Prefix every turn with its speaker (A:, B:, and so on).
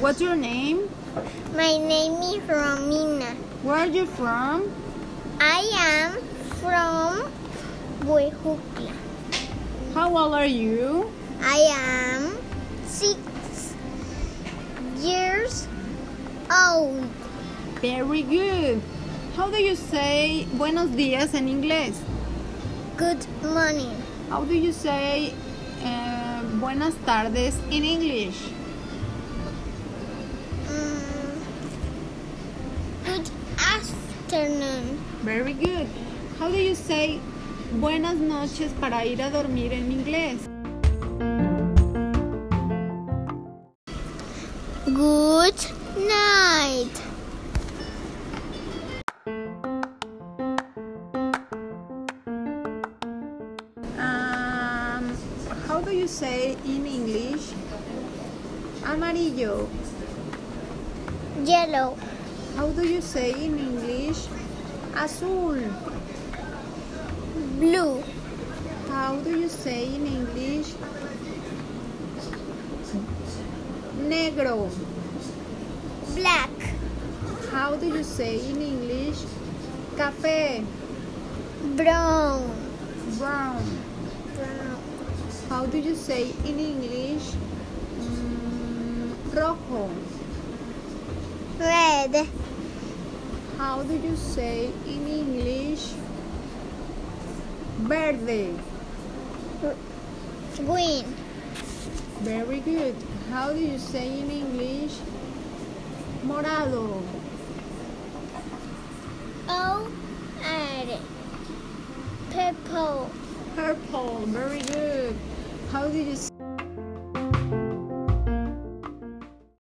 A: What's your name?
B: My name is Romina.
A: Where are you from?
B: I am from Huejutla.
A: How old are you?
B: I am six years old.
A: Very good. How do you say buenos dias in English?
B: Good morning.
A: How do you say uh, buenas tardes in English?
B: Mm, good afternoon.
A: Very good. How do you say buenas noches para ir a dormir en inglés?
B: Good night.
A: Um, how do you say in English amarillo?
B: Yellow.
A: How do you say in English azul?
B: Blue.
A: How do you say in English negro?
B: Black.
A: How do you say in English café?
B: Brown.
A: Brown.
B: Brown.
A: How do you say in English mm, rojo?
B: Red.
A: How do you say in English verde?
B: Green.
A: Very good. How do you say in English morado?
B: O R purple
A: Purple. Very good. How do you say